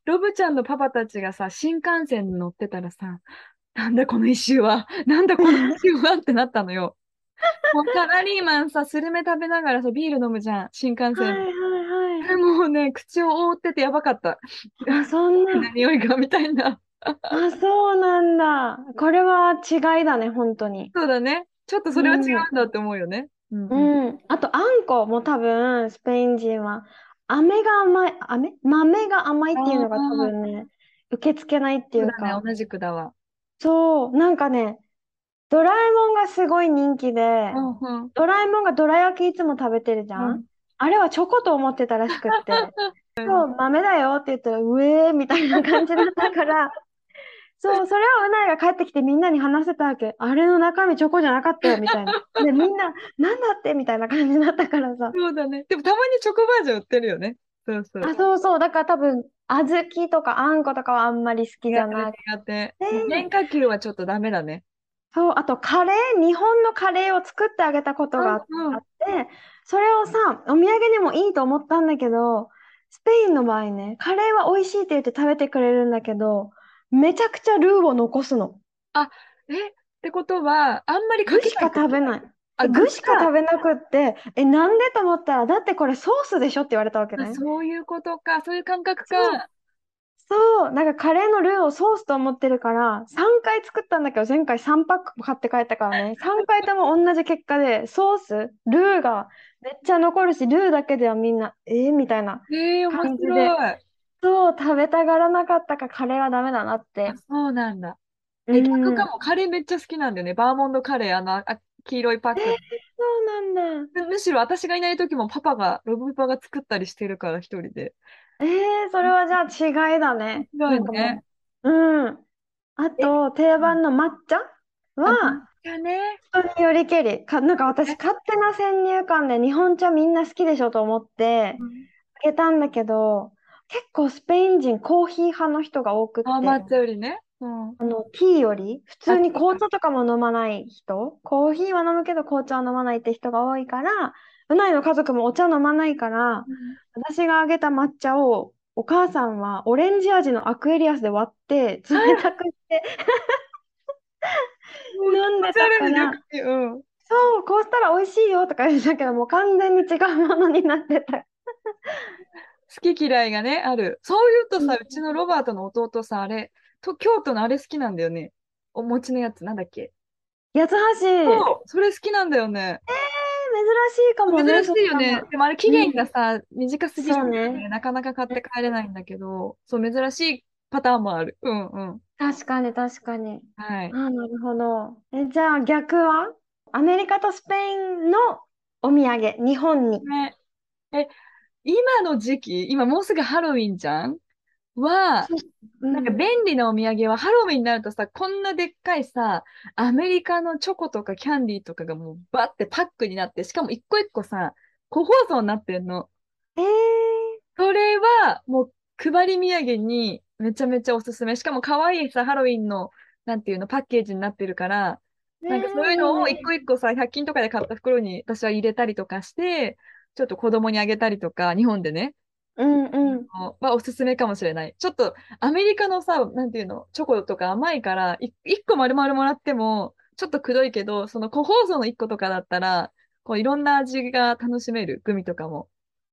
[SPEAKER 2] ロブちゃんのパパたちがさ、新幹線に乗ってたらさ、なんだこの一周は、なんだこの一周はってなったのよ。もうサラリーマンさ、スルメ食べながらさ、ビール飲むじゃん、新幹
[SPEAKER 1] はい
[SPEAKER 2] 線。
[SPEAKER 1] はいはい。
[SPEAKER 2] もうね、口を覆っててやばかった。
[SPEAKER 1] あ、そんな、
[SPEAKER 2] 匂いがみたいな。 *laughs*
[SPEAKER 1] あ、そうなんだ。これは違いだね、本当に。
[SPEAKER 2] そうだね。ちょっとそれは違うんだって思うよね。うんうん
[SPEAKER 1] うん。あと、あんこも多分、スペイン人は、飴が甘い、飴豆が甘いっていうのが多分ね、受け付けないって
[SPEAKER 2] そ
[SPEAKER 1] い
[SPEAKER 2] ううだ
[SPEAKER 1] か
[SPEAKER 2] ね、、同じくだわ。
[SPEAKER 1] そう、なんかね、ドラえもんがすごい人気で、
[SPEAKER 2] うんうん
[SPEAKER 1] ドラえもんがどら焼きいつも食べてるじゃ
[SPEAKER 2] うん
[SPEAKER 1] ん。あれはチョコと思ってたらしくって、 *laughs* そう、豆だよって言ったら、うえーみたいな感じだった *laughs* から、そう、それをうないが帰ってきてみんなに話せたわけ。あれの中身チョコじゃなかったよ、みたいな。で、みんな、なんだってみたいな感じだったからさ。
[SPEAKER 2] そうだね。でもたまにチョコバージョン売ってるよね。そうそう。
[SPEAKER 1] あ、そうそう、だから多分、小豆とかあんことかはあんまり好きじゃない。
[SPEAKER 2] 苦手。
[SPEAKER 1] ねえ
[SPEAKER 2] 変化球はちょっとダメだね。
[SPEAKER 1] そう、あとカレー、日本のカレーを作ってあげたことがあっ
[SPEAKER 2] うんうん
[SPEAKER 1] て、それをさ、お土産にもいいと思ったんだけど、スペインの場合ね、カレーは美味しいって言って食べてくれるんだけど、めちゃくちゃルーを残すの。
[SPEAKER 2] え、ってことは、あんまり
[SPEAKER 1] 具
[SPEAKER 2] かけ
[SPEAKER 1] しか食べない。
[SPEAKER 2] あ、
[SPEAKER 1] 具しか
[SPEAKER 2] 食
[SPEAKER 1] 食べなくって、え、なんでと思ったら、だってこれソースでしょって言われたわけ
[SPEAKER 2] べ
[SPEAKER 1] ね。
[SPEAKER 2] そういうことか。そういう感覚
[SPEAKER 1] そう
[SPEAKER 2] か。
[SPEAKER 1] そう、なんかカレーのルーをソースと思ってるから、3回作ったんだけど、前回3パック買って帰ったから *laughs* ね、3回とも同じ結果で、ソース、ルーがめっちゃ残るし、ルーだけではみんな、えー、みたいな。
[SPEAKER 2] えー、面
[SPEAKER 1] 感じで
[SPEAKER 2] 白い。
[SPEAKER 1] そう、食べたがらなかったからカレーはダメだなって
[SPEAKER 2] あ。そうなんだ。
[SPEAKER 1] う
[SPEAKER 2] え、
[SPEAKER 1] ん、
[SPEAKER 2] 逆かも。カレーめっちゃ好きなんだよね。バーモンドカレー、あの、あ黄色いパック。
[SPEAKER 1] そうなんだ。
[SPEAKER 2] むしろ私がいない時もパパが、ロブパが作ったりしてるから、一人で。
[SPEAKER 1] えー、それはじゃあ違いだね。
[SPEAKER 2] 違いね
[SPEAKER 1] なんかもう。うん。あと、定番の抹茶は、
[SPEAKER 2] じゃあね。
[SPEAKER 1] 人によりけり、か、なんか私勝手な先入観で日本茶みんな好きでしょと思って、開けたんだけど、結構スペイン人コーヒー派の人が多くって、
[SPEAKER 2] あ、抹茶よりね。うん。
[SPEAKER 1] あの、ティーより、普通に紅茶とかも飲まない人、コーヒーは飲むけど紅茶は飲まないって人が多いから、うないの家族もお茶飲まないから、私があげた抹茶をお母さんはオレンジ味のアクエリアスで割って、冷たく
[SPEAKER 2] *laughs*
[SPEAKER 1] して、飲んでた
[SPEAKER 2] 誰
[SPEAKER 1] か
[SPEAKER 2] に
[SPEAKER 1] ら、
[SPEAKER 2] 逆にうん。
[SPEAKER 1] そう、こうしたら美味しいよとか言ってたけど、もう完全に違うものになってた。
[SPEAKER 2] 好き嫌いがね、ある。そういうとさ、
[SPEAKER 1] う
[SPEAKER 2] うちのロバートの弟さ、あれ、と京都のあれ好きなんだよね。お餅のやつ、なんだっけ。
[SPEAKER 1] 八つ橋、珍し
[SPEAKER 2] そう、それ好きなんだよね。
[SPEAKER 1] いかも
[SPEAKER 2] 珍
[SPEAKER 1] ね、
[SPEAKER 2] しいよ
[SPEAKER 1] そんな
[SPEAKER 2] ね
[SPEAKER 1] の。
[SPEAKER 2] でもあれ、期限がさ、短すぎるんだよ
[SPEAKER 1] そう
[SPEAKER 2] ね。なかなか買って帰れないんだけど、そう、珍しいパターンもある。うんうん。
[SPEAKER 1] 確かに、確かに。
[SPEAKER 2] はい。
[SPEAKER 1] ああ、なるほど。え、じゃあ逆はアメリカとスペインのお土産、日本に。
[SPEAKER 2] ね、え、今の時期、今もうすぐハロウィンじゃんは、
[SPEAKER 1] う
[SPEAKER 2] なんか
[SPEAKER 1] ん
[SPEAKER 2] 便利なお土産はハロウィンになるとさ、こんなでっかいさ、アメリカのチョコとかキャンディーとかがもうバッてパックになって、しかも一個一個さ、個包装になってんの。
[SPEAKER 1] えー、
[SPEAKER 2] それはもう配り土産にめちゃめちゃおすすめ。しかも可愛いさ、ハロウィンの、なんていうの、パッケージになってるから、なんかそういうのを一個一個さ、100均とかで買った袋に私は入れたりとかして、ちょっと子供にあげたりとか、日本でね、
[SPEAKER 1] うんうん。
[SPEAKER 2] はおすすめかもしれない。ちょっとアメリカのさ、なんていうの、チョコとか甘いから、い一個丸々もらっても、ちょっとくどいけど、その個包装の一個とかだったら、こういろんな味が楽しめる、グミとかも。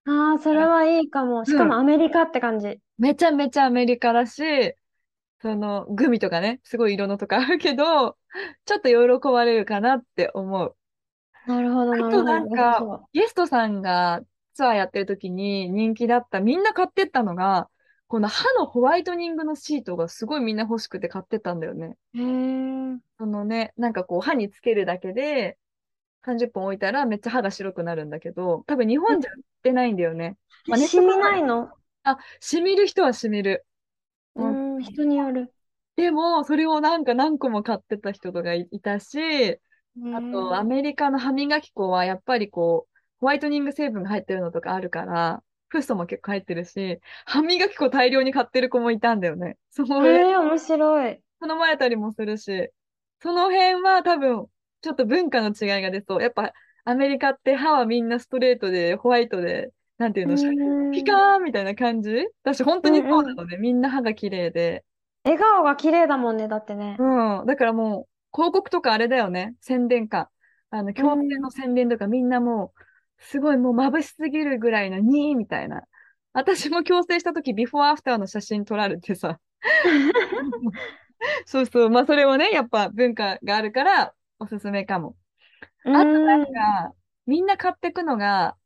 [SPEAKER 1] ああ、それはいいかも。しかもアメリカって感じ。
[SPEAKER 2] めちゃめちゃアメリカだし、そのグミとかね、すごい色のとかあるけど、ちょっと喜ばれるかなって思う。
[SPEAKER 1] なるほど、なるほ
[SPEAKER 2] あとなん
[SPEAKER 1] ど。
[SPEAKER 2] か
[SPEAKER 1] 面白
[SPEAKER 2] ゲストさんがツアーやってる時に人気だった、みんな買ってったのが、この歯のホワイトニングのシートがすごいみんな欲しくて買ってったんだよね。
[SPEAKER 1] いへー
[SPEAKER 2] そのね、なんかこう歯につけるだけで30分置いたらめっちゃ歯が白くなるんだけど、多分日本じゃ売ってないんだよね。まあネット
[SPEAKER 1] 染
[SPEAKER 2] と
[SPEAKER 1] み
[SPEAKER 2] か
[SPEAKER 1] ないの
[SPEAKER 2] あ、染みる人は染みる。う
[SPEAKER 1] うん、人による。
[SPEAKER 2] でも、それをなんか何個も買ってた人とかいいたし、あと、アメリカの歯磨き粉はやっぱりこう、ホワイトニング成分が入ってるのとかあるから、フッ素も結構入ってるし、歯磨き粉大量に買ってる子もいたんだよね。そ
[SPEAKER 1] え
[SPEAKER 2] の
[SPEAKER 1] ー、面白い。
[SPEAKER 2] 頼まれたりもするし、その辺は多分、ちょっと文化の違いが出そう。やっぱ、アメリカって歯はみんなストレートで、ホワイトで、なんていうの、ピ
[SPEAKER 1] う
[SPEAKER 2] カーみたいな感じ私、本当にそうなので、みんな歯が綺麗で。
[SPEAKER 1] ん笑顔が綺麗だもんね、だってね。
[SPEAKER 2] うん、だからもう、広告とかあれだよね、宣伝か。あの、競艇の宣伝とかみんなもう、すごいもう眩しすぎるぐらいのにーみたいな。私も矯正した時ビフォーアフターの写真撮られてさ。そうそう、まあそれもね、やっぱ文化があるからおすすめかも。
[SPEAKER 1] う
[SPEAKER 2] あと
[SPEAKER 1] ん
[SPEAKER 2] なんか、みんな買ってくのが、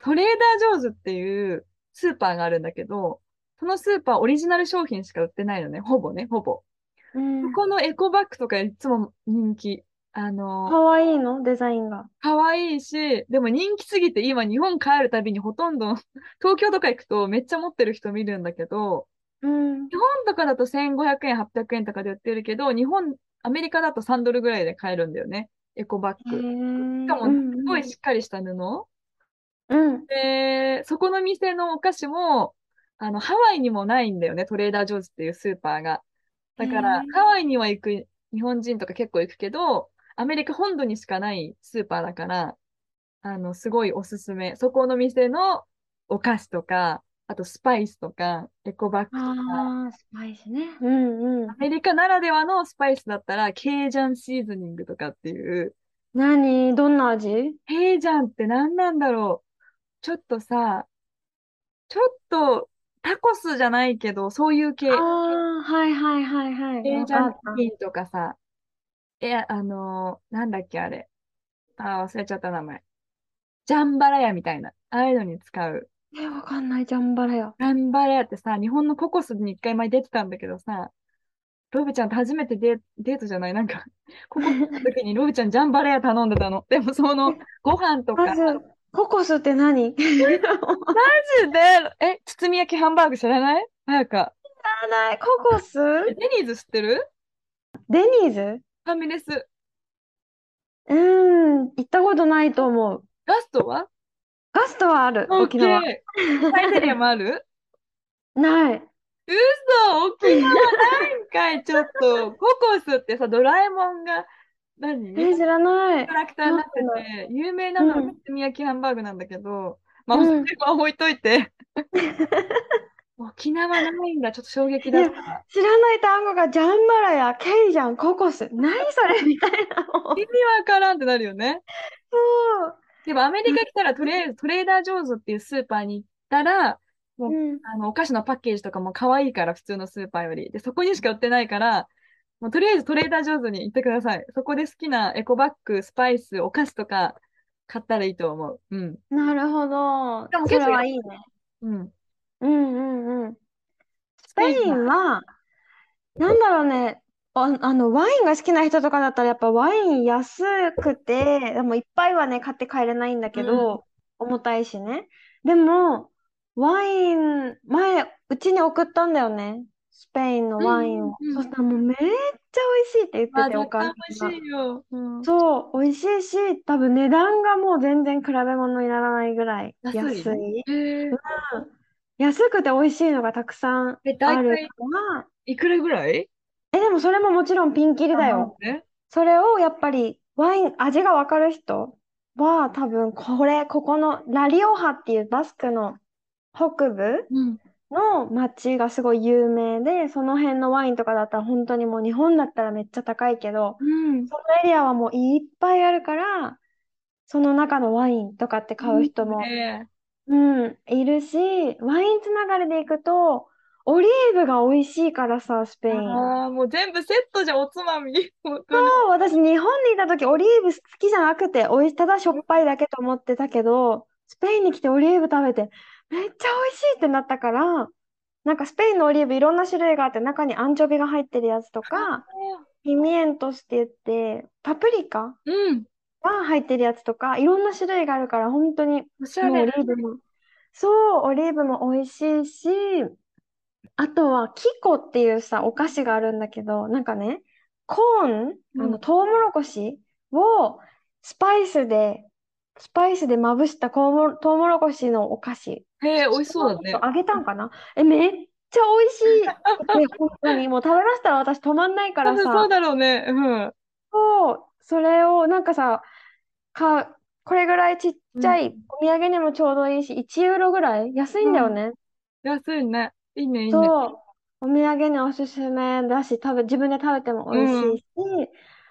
[SPEAKER 2] トレーダー・ジョーズっていうスーパーがあるんだけど、そのスーパーオリジナル商品しか売ってないのね、ほぼね、ほぼ。
[SPEAKER 1] うん
[SPEAKER 2] ここのエコバッグとかいつも人気。あの、
[SPEAKER 1] 可愛いのデザインが。
[SPEAKER 2] かわいいし、でも人気すぎて今日本帰るたびにほとんど *laughs* 東京とか行くとめっちゃ持ってる人見るんだけど、
[SPEAKER 1] うん。
[SPEAKER 2] 日本とかだと1500円、800円とかで売ってるけど、日本、アメリカだと3ドルぐらいで買えるんだよね。エコバッグ。
[SPEAKER 1] し
[SPEAKER 2] しかも、すごいしっかりした布。
[SPEAKER 1] うん。
[SPEAKER 2] で、そこの店のお菓子も、あの、ハワイにもないんだよね、トレーダー・ジョーズっていうスーパーが。だから、
[SPEAKER 1] へー
[SPEAKER 2] ハワイには行く、日本人とか結構行くけど、アメリカ本土にしかないスーパーだから、あの、すごいおすすめ。そこの店のお菓子とか、あとスパイスとか、エコバッグとか、
[SPEAKER 1] ああ、スパイスね。うんうん
[SPEAKER 2] ア。メリカならではのスパイスだったら、ケージャンシーズニングとかっていう、
[SPEAKER 1] 何どんな味
[SPEAKER 2] ヘイジャンって何なんだろう。ちょっとさ、ちょっとタコスじゃないけど、そういう系。
[SPEAKER 1] ああ、はいはいはいはい。
[SPEAKER 2] ヘイ
[SPEAKER 1] わ
[SPEAKER 2] ジャ
[SPEAKER 1] か
[SPEAKER 2] ン
[SPEAKER 1] った。
[SPEAKER 2] チキンとかさ、え、あのーなんだっけあれ。あー、忘れちゃった名前。ジャンバラヤみたいな。ああいうのに使う。
[SPEAKER 1] え、わかんない。ジャンバラや。
[SPEAKER 2] ジャンバラヤってさ、日本のココスに一回前出てたんだけどさ、ロブちゃんと初めてデ、デートじゃないなんか、ココスの時にロブちゃんジャンバラヤ頼んでたの。でもその、ご飯と
[SPEAKER 1] ま
[SPEAKER 2] か、
[SPEAKER 1] ず、ココスって何知
[SPEAKER 2] マジでえ、包み焼きハンバーグ知らないあやか。
[SPEAKER 1] らない。ココス
[SPEAKER 2] えデニーズ知ってる
[SPEAKER 1] デニーズ
[SPEAKER 2] ファミレス。
[SPEAKER 1] うーん、行ったことないと思う。
[SPEAKER 2] ガストは
[SPEAKER 1] ガストはある、沖
[SPEAKER 2] オ
[SPEAKER 1] 縄。
[SPEAKER 2] ッケーサイゼリアもある
[SPEAKER 1] ない。
[SPEAKER 2] 嘘沖縄ないんかいちょっと。ココスってさ、ドラえもんが、何
[SPEAKER 1] え、知らない
[SPEAKER 2] キャ。ラクターになってて、有名なのは
[SPEAKER 1] うん
[SPEAKER 2] 包み焼きハンバーグなんだけど、まあ、
[SPEAKER 1] うん
[SPEAKER 2] それは置いとい
[SPEAKER 1] *laughs*
[SPEAKER 2] て。沖縄ないんだ、ちょっと衝撃だった。
[SPEAKER 1] 知らない単語がジャンバラや、ケイジャン、ココス。何それみたいな。もう
[SPEAKER 2] 意味わからんってなるよね。でもアメリカ来たらとりあえずトレーダー・ジョーズっていうスーパーに行ったら、
[SPEAKER 1] うん。
[SPEAKER 2] あの、お菓子のパッケージとかも可愛いから、普通のスーパーより。で、そこにしか売ってないから、もうとりあえずトレーダー上手に行ってください。そこで好きなエコバッグ、スパイス、お菓子とか買ったらいいと思う。うん。
[SPEAKER 1] なるほど。
[SPEAKER 2] でも
[SPEAKER 1] それ
[SPEAKER 2] 結構
[SPEAKER 1] はいいね。
[SPEAKER 2] うん。
[SPEAKER 1] うんうんうん。スペ
[SPEAKER 2] ペイ
[SPEAKER 1] イ
[SPEAKER 2] ンは
[SPEAKER 1] ンは、なんだろうね。あ、あの、ワインが好きな人とかだったら、やっぱワイン安くて、でもいっぱいはね、買って帰れないんだけど、重たいしね。でも、ワイン、前、うちに送ったんだよね。スペインのワインを。
[SPEAKER 2] うんうんうん
[SPEAKER 1] そしたらもうめっちゃ美味しいって言って
[SPEAKER 2] まあ、
[SPEAKER 1] て、お
[SPEAKER 2] 絶
[SPEAKER 1] 母
[SPEAKER 2] 対
[SPEAKER 1] さん
[SPEAKER 2] 美味
[SPEAKER 1] が。
[SPEAKER 2] しいよ。うん。
[SPEAKER 1] そう、美味しいし、多分値段がもう全然比べ物にならないぐらい
[SPEAKER 2] 安い
[SPEAKER 1] 安い。
[SPEAKER 2] えー、
[SPEAKER 1] 安くて美味しいのがたくさん
[SPEAKER 2] え、
[SPEAKER 1] あ
[SPEAKER 2] 大
[SPEAKER 1] る
[SPEAKER 2] 体
[SPEAKER 1] から、
[SPEAKER 2] いくらぐらい
[SPEAKER 1] え、でもそれももちろんピンキリだよ。。それをやっぱりワイン、味がわかる人は多分これ、ここのラリオハっていうバスクの北部
[SPEAKER 2] うん。
[SPEAKER 1] の町がすごい有名で、その辺のワインとかだったら本当にもう日本だったらめっちゃ高いけど、
[SPEAKER 2] うん。
[SPEAKER 1] そのエリアはもういっぱいあるから、その中のワインとかって買う人も
[SPEAKER 2] ね
[SPEAKER 1] うん、いるし、ワインつながりでいくと、オリーブが美味しいからさ、スペイン。
[SPEAKER 2] ああ、もう全部セットじゃんおつまみ。 *laughs* 本当に。
[SPEAKER 1] そう、私、日本にいた時オリーブ好きじゃなくて、おいし、ただしょっぱいだけと思ってたけど、スペインに来てオリーブ食べて、めっちゃ美味しいってなったから、なんかスペインのオリーブいろんな種類があって、中にアンチョビが入ってるやつとか、ピミエントスって言って、パプリカ
[SPEAKER 2] うん。
[SPEAKER 1] が入ってるやつとか、いろんな種類があるから、本当に
[SPEAKER 2] おしゃ
[SPEAKER 1] もうオ
[SPEAKER 2] れ
[SPEAKER 1] リ。ーブも、そう、オリーブも美味しいし、あとはキコっていうさ、お菓子があるんだけど、なんかね、コーン、
[SPEAKER 2] うん
[SPEAKER 1] あの、トウモロコシをスパイスで、スパイスでまぶしたこうもトウモロコシのお菓子。
[SPEAKER 2] へえ、美味しそうだね。
[SPEAKER 1] あげたんかなえ、めっちゃ
[SPEAKER 2] *laughs*
[SPEAKER 1] 美味しい。ね、本当にもう食べだしたら私止まんないか
[SPEAKER 2] 多
[SPEAKER 1] ら
[SPEAKER 2] 分
[SPEAKER 1] さ。
[SPEAKER 2] そうだろうね。うん。
[SPEAKER 1] そう、それをなんかさ、か、これぐらいちっちゃい、お土産にもちょうどいいし、1ユーロぐらい安いんだよね。
[SPEAKER 2] 安いね。いいね、いいね。
[SPEAKER 1] そう、お土産におすすめだし、食べ、自分で食べても美味しいし、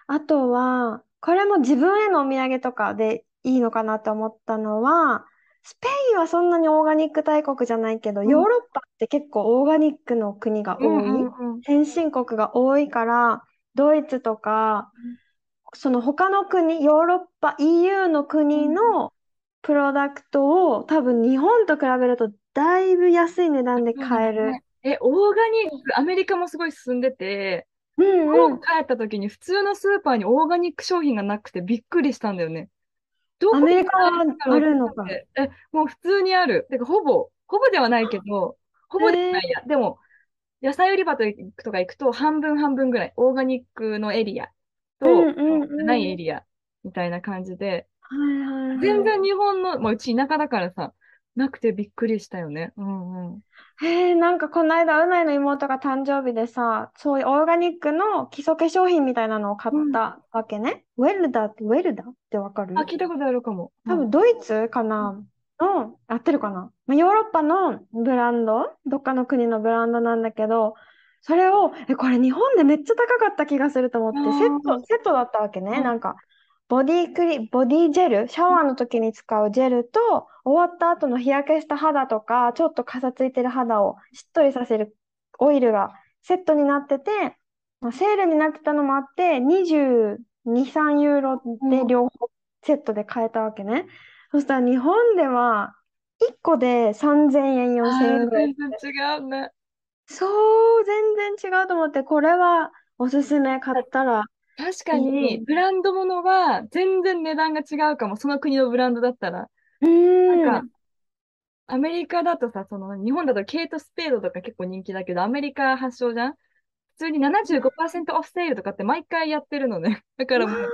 [SPEAKER 1] あとは、これも自分へのお土産とかでいいのかなと思ったのは、スペインはそんなにオーガニック大国じゃないけど、
[SPEAKER 2] ん
[SPEAKER 1] ヨーロッパって結構オーガニックの国が
[SPEAKER 2] うん
[SPEAKER 1] 多い。
[SPEAKER 2] うんうん。
[SPEAKER 1] 先進国が多いから、ドイツとか
[SPEAKER 2] うん、
[SPEAKER 1] その他の国、ヨーロッパ、EU の国のプロダクトを多分日本と比べるとだいぶ安い値段で買える。
[SPEAKER 2] え、オーガニック、アメリカもすごい進んでて、
[SPEAKER 1] うんう
[SPEAKER 2] 今
[SPEAKER 1] ん。
[SPEAKER 2] 帰った時に普通のスーパーにオーガニック商品がなくてびっくりしたんだよね。どこ
[SPEAKER 1] ア
[SPEAKER 2] に
[SPEAKER 1] メリカはあるのか。
[SPEAKER 2] え、もう普通にある。てか、ほぼ、ほぼではないけど、ほぼではないや。でも、野菜売り場とか行くと、半分半分ぐらい、オーガニックのエリアと、
[SPEAKER 1] うんうんうん
[SPEAKER 2] ないエリアみたいな感じで、
[SPEAKER 1] はいはいはい。
[SPEAKER 2] 全然日本の、まあ、うち田舎だからさ、なくてびっくりしたよね。うんうん。
[SPEAKER 1] へえ、なんかこの間、うないの妹が誕生日でさ、そういうオーガニックの基礎化粧品みたいなのを買ったわけね。ウェルダって、ウェルダってわかる
[SPEAKER 2] あ、聞いたことあるかも。
[SPEAKER 1] 多分ドイツかなの、合ってるかなまあヨーロッパのブランド、どっかの国のブランドなんだけど、それを、え、これ日本でめっちゃ高かった気がすると思
[SPEAKER 2] あ
[SPEAKER 1] っ
[SPEAKER 2] ー
[SPEAKER 1] て、セット、セットだったわけね。
[SPEAKER 2] うん
[SPEAKER 1] なんか、ボディクリ、ボディジェル、シャワーの時に使うジェルと、終わった後の日焼けした肌とか、ちょっとかさついてる肌をしっとりさせるオイルがセットになってて、まあ、セールになってたのもあって、22、3ユーロで両方セットで買えたわけね。そしたら日本では1個で3000円、
[SPEAKER 2] あ
[SPEAKER 1] 4000円
[SPEAKER 2] ー
[SPEAKER 1] ぐら
[SPEAKER 2] 全
[SPEAKER 1] い。
[SPEAKER 2] 然違うね。
[SPEAKER 1] そう、全然違うと思って、これはおすすめ買ったら。
[SPEAKER 2] 確か
[SPEAKER 1] いい
[SPEAKER 2] に、
[SPEAKER 1] ね
[SPEAKER 2] ブランドものは全然値段が違うかも。その国のブランドだったら。
[SPEAKER 1] う
[SPEAKER 2] なん
[SPEAKER 1] ん。
[SPEAKER 2] か、アメリカだとさ、その日本だとケイト・スペードとか結構人気だけど、アメリカ発祥じゃん普通に75%オフセールとかって毎回やってるのね。だからもう、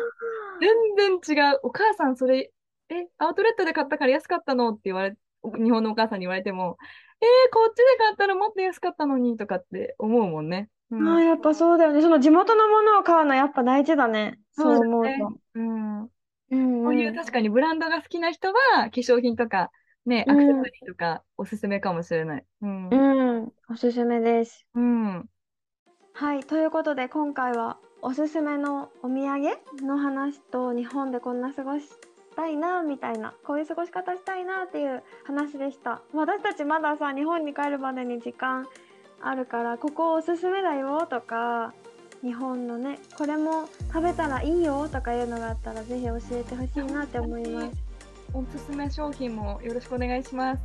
[SPEAKER 2] 全然違う。お母さんそれ、え、アウトレットで買ったから安かったのって言われ、日本のお母さんに言われても、えー、こっちで買ったらもっと安かったのにとかって思うもんね。う
[SPEAKER 1] ああ、
[SPEAKER 2] ん。
[SPEAKER 1] やっぱそうだよね。その地元のものを買うのやっぱ大事だね。そう思
[SPEAKER 2] そう
[SPEAKER 1] う
[SPEAKER 2] だね
[SPEAKER 1] と。
[SPEAKER 2] うん
[SPEAKER 1] うん
[SPEAKER 2] こういう
[SPEAKER 1] うん。
[SPEAKER 2] 確かにブランドが好きな人は、化粧品とか、ね、
[SPEAKER 1] う
[SPEAKER 2] アクセ
[SPEAKER 1] ん
[SPEAKER 2] サリーとかおすすめかもしれない。うん。
[SPEAKER 1] うん、おすすめです。
[SPEAKER 2] うん。
[SPEAKER 1] はい、ということで今回はおすすめのお土産の話と日本でこんな過ごしたいなみたいなこういう過ごし方したいなっていう話でした私たちまださ日本に帰るまでに時間あるからここおすすめだよとか日本のねこれも食べたらいいよとかいうのがあったらぜひ教えてほしいなって思います
[SPEAKER 2] おすすめ商品もよろしくお願いします。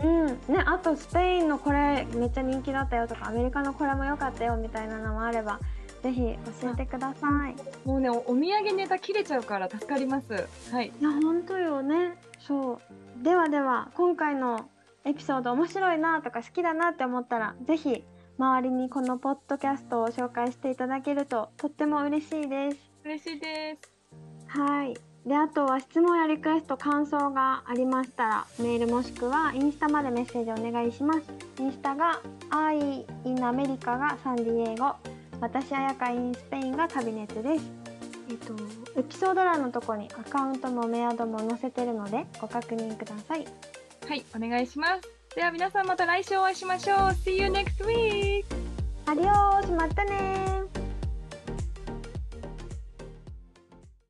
[SPEAKER 1] うんね、あとスペインのこれめっちゃ人気だったよとかアメリカのこれも良かったよみたいなのもあればぜひ教えてください。
[SPEAKER 2] もうね、おお土産ネタ切れちゃうから助かります。はい。
[SPEAKER 1] いや本当よねそうではでは今回のエピソード面白いなとか好きだなって思ったらぜひ周りにこのポッドキャストを紹介していただけるととっても嬉しいです
[SPEAKER 2] 嬉しいです。
[SPEAKER 1] はいであとは質問やリクエスト感想がありましたらメールもしくはインスタまでメッセージお願いしますインスタが「I in アメリカ」がサンディエゴ私あやか in スペインが旅熱ですえっとエピソード欄のとこにアカウントもメアドも載せてるのでご確認ください
[SPEAKER 2] はい、お願いします。では皆さんまた来週お会いしましょう。See you next week!
[SPEAKER 1] アディオースまたねー